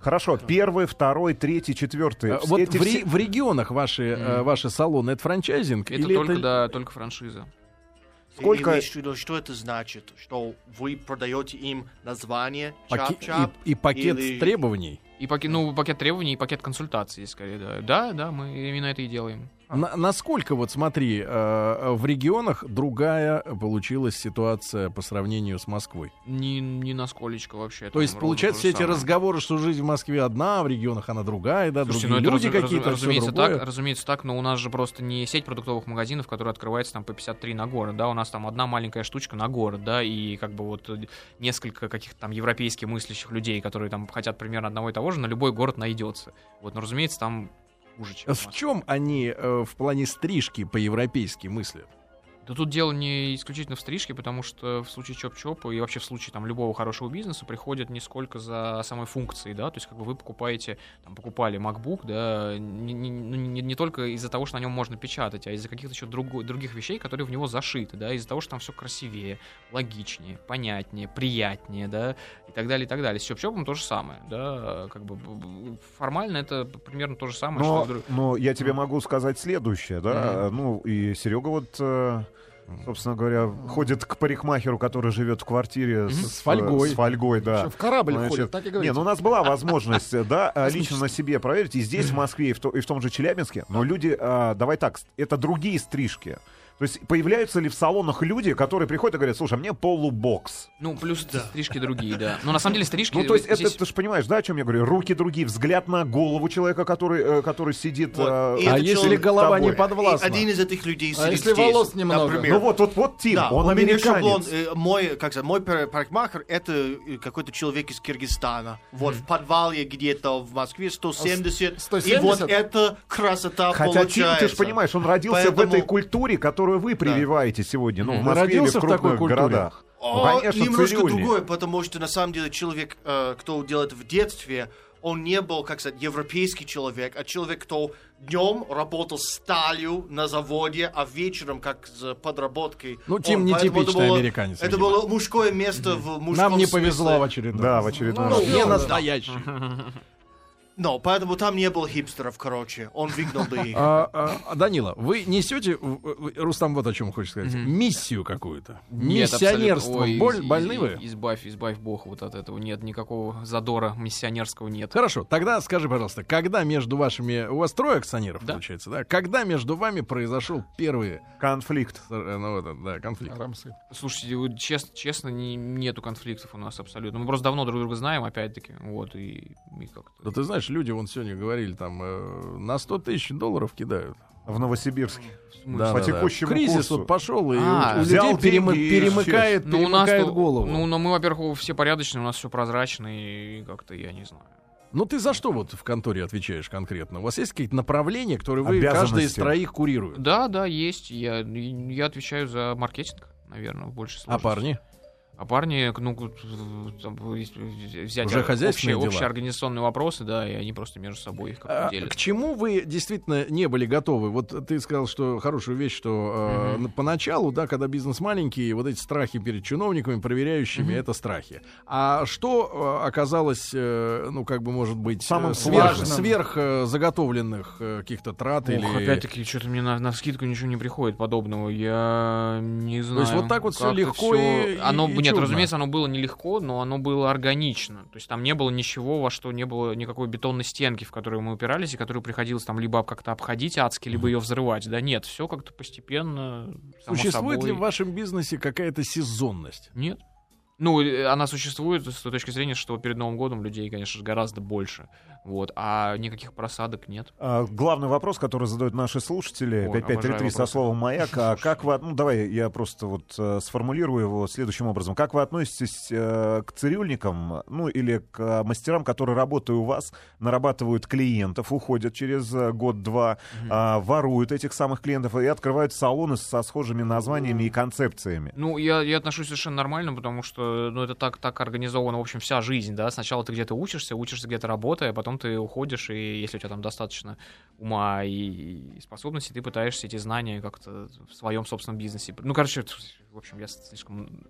Хорошо, первый, второй, третий, четвертый. Э, Вот Эти в, ре- все- в регионах ваши, э, Мгм. ваши салоны это франчайзинг? Это или только, да, только франшиза. Сколько- И имеешь в виду, что это значит? Что вы продаете им название паке- А чап-чап? и, и пакет или- требований? И И пакет, ну, пакет требований и пакет консультаций, скорее, да. Да, да, мы именно это и делаем. На- насколько, вот смотри, э, в регионах другая получилась ситуация по сравнению с Москвой? Ни, ни насколечко вообще. То там есть, ровно получается, все то же эти самое. разговоры, что жизнь в Москве одна, а в регионах она другая, да, Слушайте, ну другие люди это разу- разу- какие-то, всё разумеется, другое. так, разумеется, так, но у нас же просто не сеть продуктовых магазинов, которая открывается там по 53 на город, да, у нас там одна маленькая штучка на город, да, и как бы вот э, несколько каких-то там европейски мыслящих людей, которые там хотят примерно одного и того же, на любой город найдется. Вот, но, разумеется, там хуже, чем в В Москве. чем они э, в плане стрижки по-европейски мыслят? Да тут дело не исключительно в стрижке, потому что в случае чоп-чопа и вообще в случае там любого хорошего бизнеса приходит не сколько за самой функцией, да, то есть как бы вы покупаете, там, покупали MacBook, да, не, не- ну, не- не только из-за того, что на нем можно печатать, а из-за каких-то еще друго- других вещей, которые в него зашиты, да, из-за того, что там все красивее, логичнее, понятнее, приятнее, да, и так далее, и так далее. С чоп-чопом то же самое, да, как бы б- б- формально это примерно то же самое, что и в Но, друг- но я тебе могу сказать следующее, да, ну и Серега вот, э, собственно говоря, ходит к парикмахеру, который живет в квартире С фольгой. с фольгой, да. Ещё В корабль Значит, ходит, так и Не, говорится. ну у нас была возможность, э, да, э, лично на себе проверить, и здесь, в Москве, и в, то- и в том же Челябинске, но люди, а, давай так, с- это другие стрижки. То есть появляются ли в салонах люди, которые приходят и говорят, слушай, а мне полубокс. Ну, плюс стрижки другие, да. Но на самом деле стрижки... Ну, то есть, здесь- это, ты же понимаешь, да, о чем я говорю? Руки другие, взгляд на голову человека, который, э, который сидит... Вот. э, И а это если человек голова не тобой. подвластна? И один из этих людей А сидит если здесь, волос немного? например. Ну вот, вот, вот Тим, Да, он у меня американец. шаблон, э, мой, как сказать, мой пар- парикмахер это э, какой-то человек из Киргизстана. Вот в подвале где-то в Москве А 170, 170? и вот это красота Хотя Тим, получается. ты же понимаешь, он родился Поэтому- в этой культуре, которую вы прививаете сегодня, ну, в Мгм. Москве или Родился в в такой крупных культуре? городах. Ну, О, конечно, А, немножко цирюльни. другое, потому что на самом деле человек, э, кто делает в детстве, он не был, как сказать, европейский человек, а человек, кто днем работал сталью на заводе, а вечером как с подработкой. Ну, Тим он- не поэтому это типичный было- американец, Это видимо. было мужское место в мужском Нам не повезло в смысле. очередной Да, в раз. очередной Ну, раз. Не настоящий. Но, поэтому там не было хипстеров, короче. Он выгнал бы их. А, а, Данила, вы несете, в- в- Рустам вот о чем хочет сказать, Мгм. миссию какую-то, Нет, миссионерство. абсолютно. Ой, Боль- из- больны из- вы? Избавь, избавь бог вот от этого. Нет никакого задора миссионерского нет. Хорошо, тогда скажи, пожалуйста, когда между вашими, у вас трое акционеров, Да. получается, да? Когда между вами произошел первый, ну. Конфликт. э, ну, вот, да, конфликт? Рамсы. Слушайте, вот чест- честно, не- нету конфликтов у нас абсолютно. Мы просто давно друг друга знаем, опять-таки. Вот, и, и Да как-то... ты знаешь, люди вон сегодня говорили, там, э, на 100 тысяч долларов кидают. В Новосибирске. Да, да, По да. текущему Кризис курсу. вот пошел, и А, у- у, взял людей перемы- деньги и перемыкает, Ну, у нас перемыкает то- голову. Ну, Ну, но мы, во-первых, все порядочные, у нас все прозрачно, и как-то я не знаю. Ну, ты за что вот в конторе отвечаешь конкретно? У вас есть какие-то направления, которые вы каждый из Обязанности. троих курирует? Да, да, есть. Я, я отвечаю за маркетинг, наверное, в А большей сложности. парни? А парни, ну, г- там, взять Уже хозяйственные общие, дела? общие организационные вопросы, да, и они просто между собой их как-то А делят. к чему вы действительно не были готовы? Вот ты сказал, что хорошую вещь, что э, Мгм. на- поначалу, да, когда бизнес маленький, вот эти страхи перед чиновниками, проверяющими, Мгм. это страхи. А что э, оказалось, э, ну, как бы, может быть, Самым сверх, сложным. сверх э, заготовленных э, каких-то трат или... Ох, опять-таки, что-то мне на, скидку ничего не приходит подобного. Я не знаю. есть вот так вот всё как-то легко всё- и- и- оно, и Нет, чудно. разумеется, оно было нелегко, но оно было органично. То есть там не было ничего, во что не было никакой бетонной стенки, в которую мы упирались, и которую приходилось там либо как-то обходить адски, либо ее взрывать. Да нет, все как-то постепенно, само Существует собой. ли в вашем бизнесе какая-то сезонность? Нет. Ну, э, она существует с той точки зрения, что перед Новым годом людей, конечно же, гораздо больше. Вот. А никаких просадок нет. А, Главный вопрос, который задают наши слушатели, Ой, 5533 обожаю со вопросы. словом «Маяк», а как вы... от- Ну, давай я просто вот э, сформулирую его следующим образом. Как вы относитесь э, к цирюльникам, ну, или к э, мастерам, которые, работая у вас, нарабатывают клиентов, уходят через э, год-два, а, воруют этих самых клиентов и открывают салоны со схожими названиями и концепциями? Ну, я, я отношусь совершенно нормально, потому что, ну, это так, так организована, в общем, вся жизнь, да. Сначала ты где-то учишься, учишься где-то работая, а потом ты уходишь, и если у тебя там достаточно ума и, и способностей, ты пытаешься эти знания как-то в своем собственном бизнесе. Ну, короче, в общем, я слишком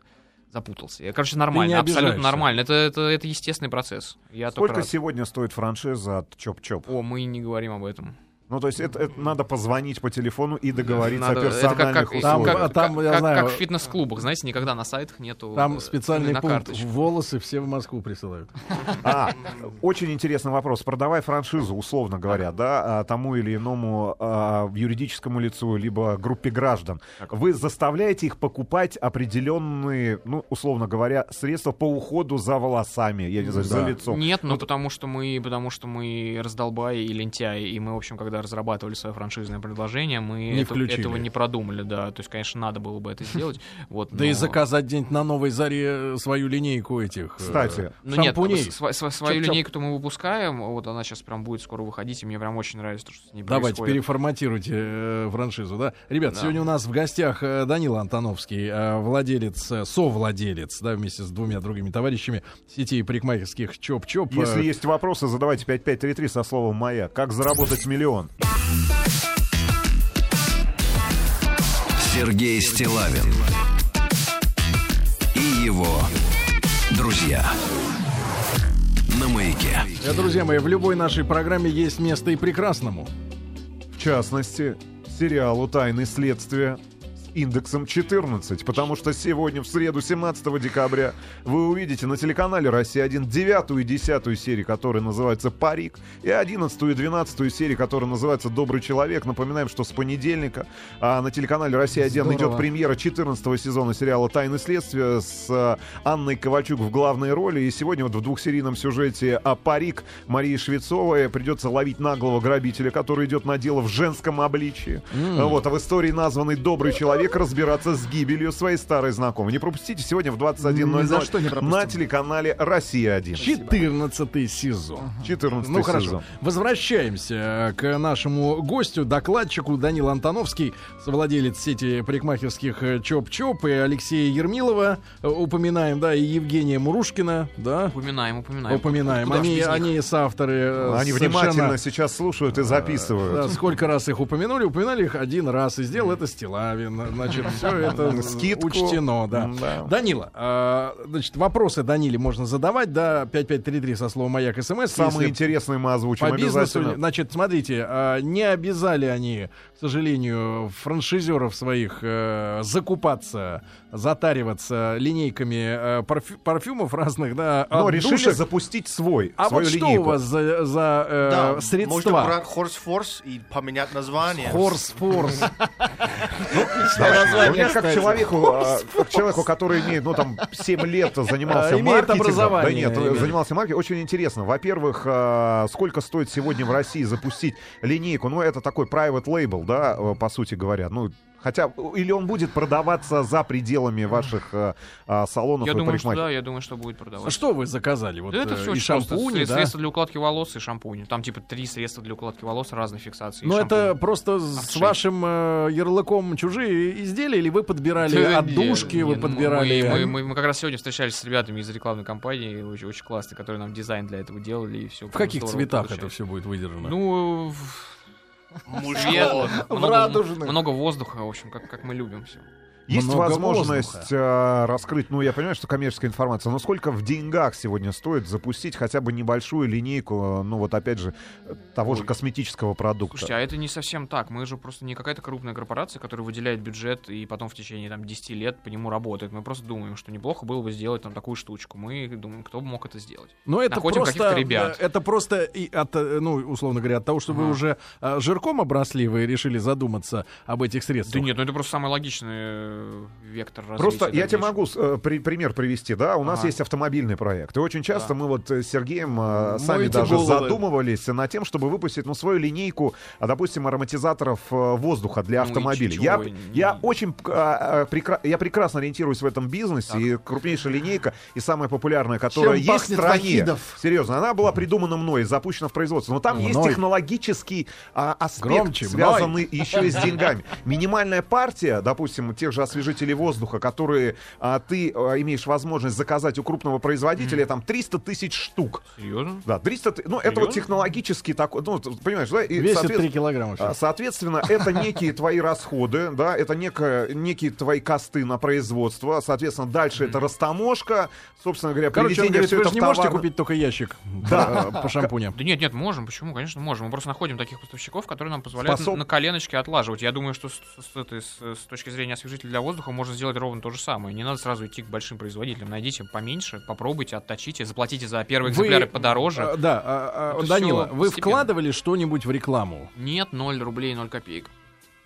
запутался. Я, короче, нормально, абсолютно обижаешься. нормально. Это, это, это естественный процесс. Я только Сколько рад. сегодня стоит франшиза от Чоп-Чоп? О, мы не говорим об этом. Ну, то есть это, это надо позвонить по телефону и договориться Надо- о это персональных как- как- условиях. как- А там, как- я как- знаю- как в фитнес-клубах, знаете, никогда на сайтах нету. Там э, специальный на пункт. карточку. Волосы все в Москву присылают. А, очень интересный вопрос. Продавай франшизу, условно говоря, да, а, тому или иному а, юридическому лицу, либо группе граждан. Вы заставляете их покупать определенные, ну, условно говоря, средства по уходу за волосами, я не знаю, за Да. лицом. Нет, ну потому что мы, потому что мы раздолбаи и лентяи, и мы, в общем, когда разрабатывали свое франшизное предложение, мы Не это- включили. этого не продумали, да. То есть, конечно, надо было бы это сделать. Вот, Да и но- заказать день на новой заре свою линейку этих. э, Кстати, Ну нет, шампуней. св- св- свою Чоп-чоп. линейку-то мы выпускаем, вот она сейчас прям будет скоро выходить, и мне прям очень нравится то, что с ней Давайте происходит. переформатируйте э, франшизу, да? Ребят, Да. сегодня у нас в гостях э, Данила Антоновский, э, владелец, э, совладелец, да, вместе с двумя другими товарищами сети парикмахерских Чоп-Чоп. э, если есть вопросы, задавайте 5533 со словом «Моя». Как заработать миллион? Сергей Стилавин и его друзья на маяке. э, Друзья мои, в любой нашей программе есть место и прекрасному. В частности, сериалу «Тайны следствия» с индексом 14, потому что сегодня, в среду, 17 декабря, вы увидите на телеканале «Россия-1» девятую и десятую серии, которая называется «Парик», и одиннадцатую и двенадцатую серии, которая называется «Добрый человек». Напоминаем, что с понедельника а, на телеканале «Россия-1» идет Здорово. премьера 14 сезона сериала «Тайны следствия» с а, Анной Ковальчук в главной роли. И сегодня вот в двухсерийном сюжете о парик Марии Швецовой придется ловить наглого грабителя, который идет на дело в женском обличии. Вот, а в истории названный «Добрый человек» разбираться с гибелью своей старой знакомой. Не пропустите сегодня в 21.00 Ни за что не пропустим. на телеканале «Россия-1». 14 сезон. 14 Ну хорошо. Возвращаемся э, к нашему гостю, докладчику Данил Антоновский, совладелец сети парикмахерских э, Чоп-Чоп и Алексея Ермилова. э, Упоминаем, да, и Евгения Мурушкина, да. Упоминаем, упоминаем. Упоминаем. Куда ж Они, без них? они соавторы. э, Они совершенно- внимательно сейчас слушают и Да, записывают. сколько раз их упомянули? Упоминали их один раз, и сделал это Стилавин. Значит, все это Скидку. учтено, да. Да. Данила, а, значит, вопросы Даниле можно задавать, да, 5533 со словом «Маяк» СМС. Если Самые интересные мы озвучим по бизнесу, обязательно. значит, смотрите, а, не обязали они, к сожалению, франшизеров своих э, закупаться, затариваться линейками э, парфю- парфюмов разных, да, Но от решили душек. запустить свой, А свою вот что линейку. у вас за, за, э, Да, Можно средства? брать Horse Force и поменять название. Хорс Форс. Ну, я как человеку, а, как человеку, который имеет, ну, там, 7 лет занимался А, имеет маркетингом. образование, Да нет, имеет. занимался маркетингом. Очень интересно. Во-первых, а, сколько стоит сегодня в России запустить линейку? Ну, это такой private label, да, э, по сути говоря. Ну, Хотя, или он будет продаваться за пределами ваших а, а, салонов Я и думаю, что парикмахер- да, я думаю, что будет продаваться. А Что вы заказали? Вот, Да это э, все и шампуни, да? средства для укладки волос и шампуни. Там типа три средства для укладки волос разной фиксации. и А Но Ну, это шампунь. просто с Отшить. вашим э, ярлыком чужие изделия, или вы подбирали Да отдушки, не, вы не, ну, подбирали... Мы, мы- мы- мы как раз сегодня встречались с ребятами из рекламной кампании, очень, очень классные, которые нам дизайн для этого делали и все. В каких цветах это все будет выдержано? Ну, в- Мужло. много, радужных. много воздуха, в общем, как, как мы любим все. Есть Много возможность воздуха. а, раскрыть, ну, я понимаю, что коммерческая информация, но сколько в деньгах сегодня стоит запустить хотя бы небольшую линейку, э, ну, вот опять же, э, того же косметического продукта? Слушайте, а это не совсем так. Мы же просто не какая-то крупная корпорация, которая выделяет бюджет и потом в течение там, 10 лет по нему работает. Мы просто думаем, что неплохо было бы сделать там такую штучку. Мы думаем, кто бы мог это сделать. Но Ну, это Находим просто, каких-то ребят. э, это просто и от, э, ну, условно говоря, от того, что вы Ага. уже э, жирком обросли, вы решили задуматься об этих Да средствах. нет, ну это просто самый логичный э, вектор развития. Просто я тебе дальнейшего. могу с- э, при- пример привести, да, у нас Ага. есть автомобильный проект, и очень часто Да. мы вот э, с Сергеем ну, э, сами Моете даже головы. задумывались над тем, чтобы выпустить, ну, свою линейку, а, допустим, ароматизаторов э, воздуха для Ну и автомобилей. чего Я, не- я очень, п- а, а, прекра- я прекрасно ориентируюсь в этом бизнесе, и крупнейшая линейка, и самая популярная, которая Чем есть в пахнет стране, Вахидов? серьезно, она была придумана мной, запущена в производство, но там есть Ну, Мной. технологический а, аспект, Громче, мной. связанный еще и с деньгами. Минимальная партия, допустим, тех же освежители воздуха, которые а, ты а, имеешь возможность заказать у крупного производителя, там 300 тысяч штук. Серьезно? Да, 300 тысяч. Ну, это вот технологически такой, ну, ты понимаешь, да? И, Весит соответ- 3 килограмма а, сейчас. Соответственно, это некие твои расходы, да, это некое, некие твои косты на производство, соответственно, дальше это растаможка, собственно говоря, Короче, он приведение говорит, всё вы это же не в товар- можете купить только ящик Да. э, по шампуням. Да нет, нет, можем. Почему? Конечно, можем. Мы просто находим таких поставщиков, которые нам позволяют Способ- на- на коленочке отлаживать. Я думаю, что с, с этой- с- с точки зрения освежителя для воздуха можно сделать ровно то же самое. Не надо сразу идти к большим производителям. Найдите поменьше, попробуйте, отточите, заплатите за первые Вы- экземпляры подороже. А, Да, а, а, Это Данила, всё вы постепенно. вкладывали что-нибудь в рекламу? Нет, 0 рублей, 0 копеек.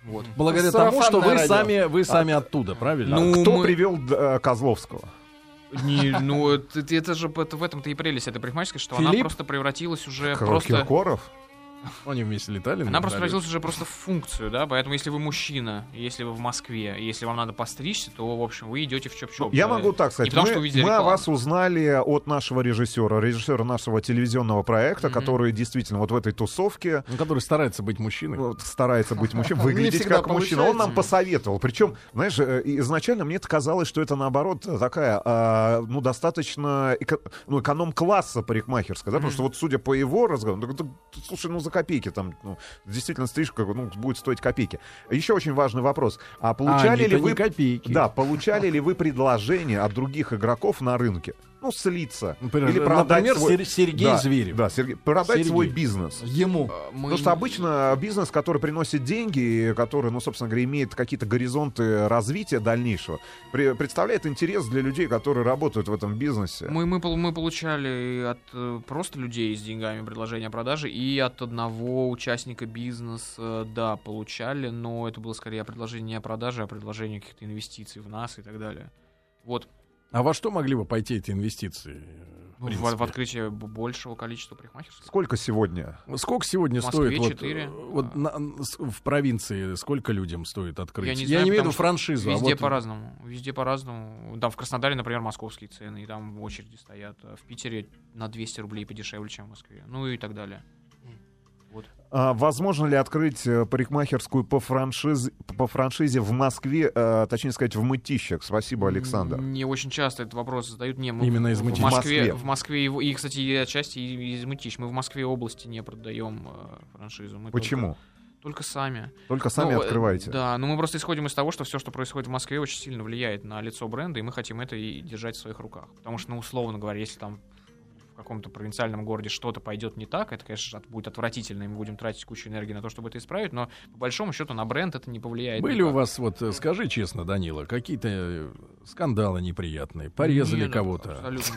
Вот. Благодаря тому, Сарафанное что вы радио. сами, вы сами оттуда, правильно? Ну, Кто мы- привел э, Козловского? Не, ну это, это же это- в этом-то и прелесть этой парикмахерской, что она Филипп? просто превратилась уже Кор- просто... Киркоров? Они вместе летали. Она на просто вертолёте. превратилась уже просто в функцию, да, поэтому если вы мужчина, если вы в Москве, и если вам надо постричься, то, в общем, вы идете в чоп-чоп. Я да. могу так сказать. Не потому, мы, что увидели мы о рекламу. вас узнали от нашего режиссера, режиссера нашего телевизионного проекта, Мгм. который действительно вот в этой тусовке Ну, который старается быть мужчиной. вот, старается быть мужчиной, выглядеть всегда как мужчина. Он нам получается. посоветовал. Причем, знаешь, э, и- изначально мне это казалось, что это наоборот такая, а, ну, достаточно эко- ну, эконом-класса парикмахерская, да, потому что вот судя по его разговору, ну, да, слушай, ну за копейки там, ну, действительно стрижка ну, будет стоить копейки. Еще очень важный вопрос. А получали А, ли они-то вы... не копейки? Да, получали ли вы предложения от других игроков на рынке? Ну, слиться. Например, или продать например, свой... Сер- Сергей Да, Зверев. Да, Сергей. Продать Сергей. свой бизнес. Ему. Э, Мы- Потому что обычно бизнес, который приносит деньги, и который, ну, собственно говоря, имеет какие-то горизонты развития дальнейшего, пре- представляет интерес для людей, которые работают в этом бизнесе. Мы, мы, пол- мы получали от э, просто людей с деньгами предложение о продаже и от одного участника бизнеса, э, да, получали, но это было скорее предложение не о продаже, а предложение каких-то инвестиций в нас и так далее. Вот, А во что могли бы пойти эти инвестиции? ну, в, принципе. в открытие б- большего количества парикмахерских. Сколько сегодня? Сколько сегодня В Москве стоит вот, четыре. А. э, вот на- с- в провинции сколько людям стоит открыть? Я не знаю, имею в потому виду что франшизу. а Везде вот- по-разному, везде по-разному. Да, в Краснодаре, например, московские цены, и там очереди стоят. А в Питере на 200 рублей подешевле, чем в Москве. Ну и так далее. А возможно ли открыть э, парикмахерскую по франшизе, по франшизе в Москве, э, точнее сказать, в Мытищах? Спасибо, Александр. Не очень часто этот вопрос задают. Не, мы Именно из в Мытищ. Москве. Москве. В Москве его, и, кстати, и отчасти и из Мытищ. Мы в Москве области не продаем э, франшизу. Мы Почему? Только, только сами. Только, сами Ну, э, открываете. Да, но мы просто исходим из того, что все, что происходит в Москве, очень сильно влияет на лицо бренда, и мы хотим это и держать в своих руках. Потому что, ну, условно говоря, если там в каком-то провинциальном городе что-то пойдет не так, это, конечно, от- будет отвратительно, и мы будем тратить кучу энергии на то, чтобы это исправить, но по большому счету на бренд это не повлияет. Были никак. у вас, вот э, скажи честно, Данила, какие-то э, скандалы неприятные? Порезали Нет, кого-то? Абсолютно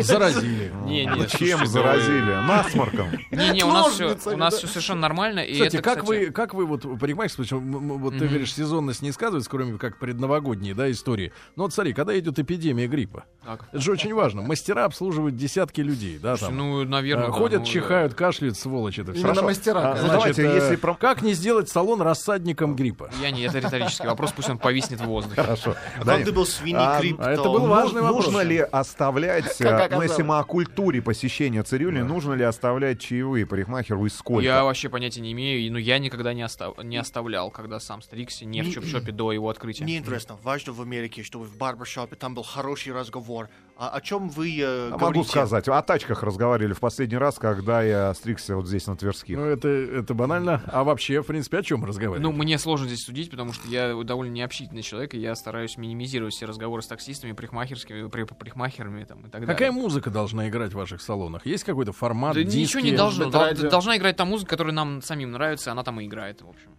Заразили? Не, не, Ну, Чем слушайте, э, заразили? Насморком. Не, не, у нас все, у нас все совершенно нормально. и Кстати, это, как вы, как вы вот парикмахерство, почему м- м- вот ты Мгм. говоришь, сезонность не сказывается, кроме как предновогодние, да, истории. Но вот смотри, когда идет эпидемия гриппа, Так. это же очень важно. Мастера обслуживают десятки людей, да, Слушайте, там. Ну, Э, наверное, да, Ходят, ну, чихают, кашляют, сволочь это все. Именно мастера. А, конечно. ну, давайте, э, если про- Как не сделать салон рассадником гриппа? Я не, это риторический вопрос, пусть он повиснет в воздухе. Хорошо. Как Даня, ты был свиньи а, крипто? а это был Ну, важный вопрос. Нужно ли оставлять, Как э, ну, оказалось. если мы о культуре посещения цирюльни, нужно ли оставлять чаевые парикмахеру и сколько? Я вообще понятия не имею, и, ну я никогда не, остав- не оставлял, когда сам стригся, не в Не- чоп-чопе до его открытия. Мне интересно, важно в Америке, чтобы в барбершопе там был хороший разговор. А о чем вы э, А говорите? Могу сказать, о тачках разговаривали в последний раз, когда я стригся вот здесь на Тверских. Ну, это, это банально. А вообще, в принципе, о чем Ну, разговаривать? мне сложно здесь судить, потому что я довольно необщительный человек, и я стараюсь минимизировать все разговоры с таксистами, парикмахерскими, при- парикмахерами там, и так далее. Какая музыка должна играть в ваших салонах? Есть какой-то формат? Да А, диски? ну, ничего не должно. быть, Дол- радио. Должна играть та музыка, которая нам самим нравится, и она там и играет, в общем.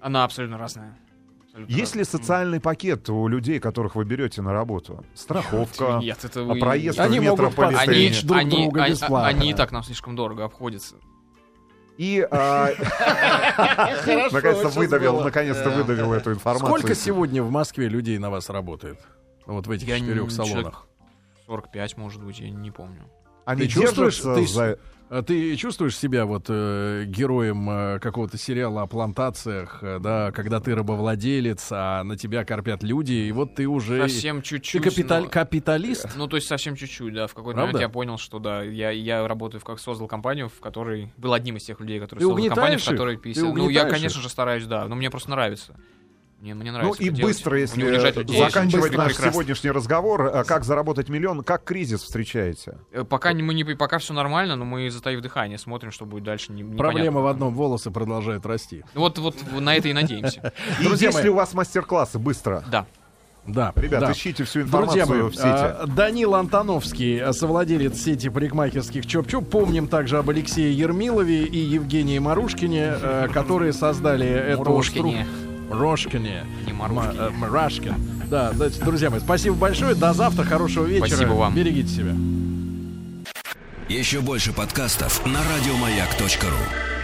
Она абсолютно разная. Абсолютно Есть ли разная. социальный пакет у людей, которых вы берете на работу? Страховка, Нет, это а вы... проезд Они в могут метрополитене. подстричь. друг друга они- а, бесплатно. они и так нам слишком дорого обходятся. И а, Хорошо, наконец-то сейчас выдавил, было. наконец-то Да. выдавил эту информацию. Сколько сегодня в Москве людей на вас работает? Вот в этих Я не- четырех человек салонах. 45, может быть, я не помню. Они Ты чувствуешь, держатся ты- за- А Ты чувствуешь себя вот э, героем э, какого-то сериала о плантациях, э, да, когда ты рабовладелец, а на тебя корпят люди, и вот ты уже Совсем ты чуть-чуть. капиталь- но- капиталист. Ну, то есть совсем чуть-чуть, да. В какой-то Правда? момент я понял, что да, я, я работаю, в как создал компанию, в которой был одним из тех людей, который Ты создал компанию, угнетаешь в их? которой Ты 50. Ну, я, угнетаешь конечно же, стараюсь, да, но мне просто нравится. Мне, мне Ну нравится. и это делать. быстро, У если него лежать людей, заканчивать это наш прекрасно. сегодняшний разговор, а как заработать миллион, как кризис встречаете? Э, Пока не- мы не пока все нормально, но мы затаив дыхание смотрим, что будет дальше. не- непонятно. Проблема в одном, волосы продолжают расти. Вот, вот на это и надеемся. И Друзья есть мои. ли у вас мастер-классы быстро? Да. Да, Ребят, да. ищите всю Друзья информацию мои, в сети. а, Данил Антоновский, а, совладелец сети парикмахерских Чоп-Чоп. Помним также об Алексее Ермилове и Евгении Марушкине, э, которые создали эту Мурушкине. стру- Рошкине. Не Марушкине. Ма- э, Марашкин. Да, значит, друзья мои, спасибо большое. До завтра. Хорошего вечера. Спасибо вам. Берегите себя. Еще больше подкастов на радиомаяк.ру.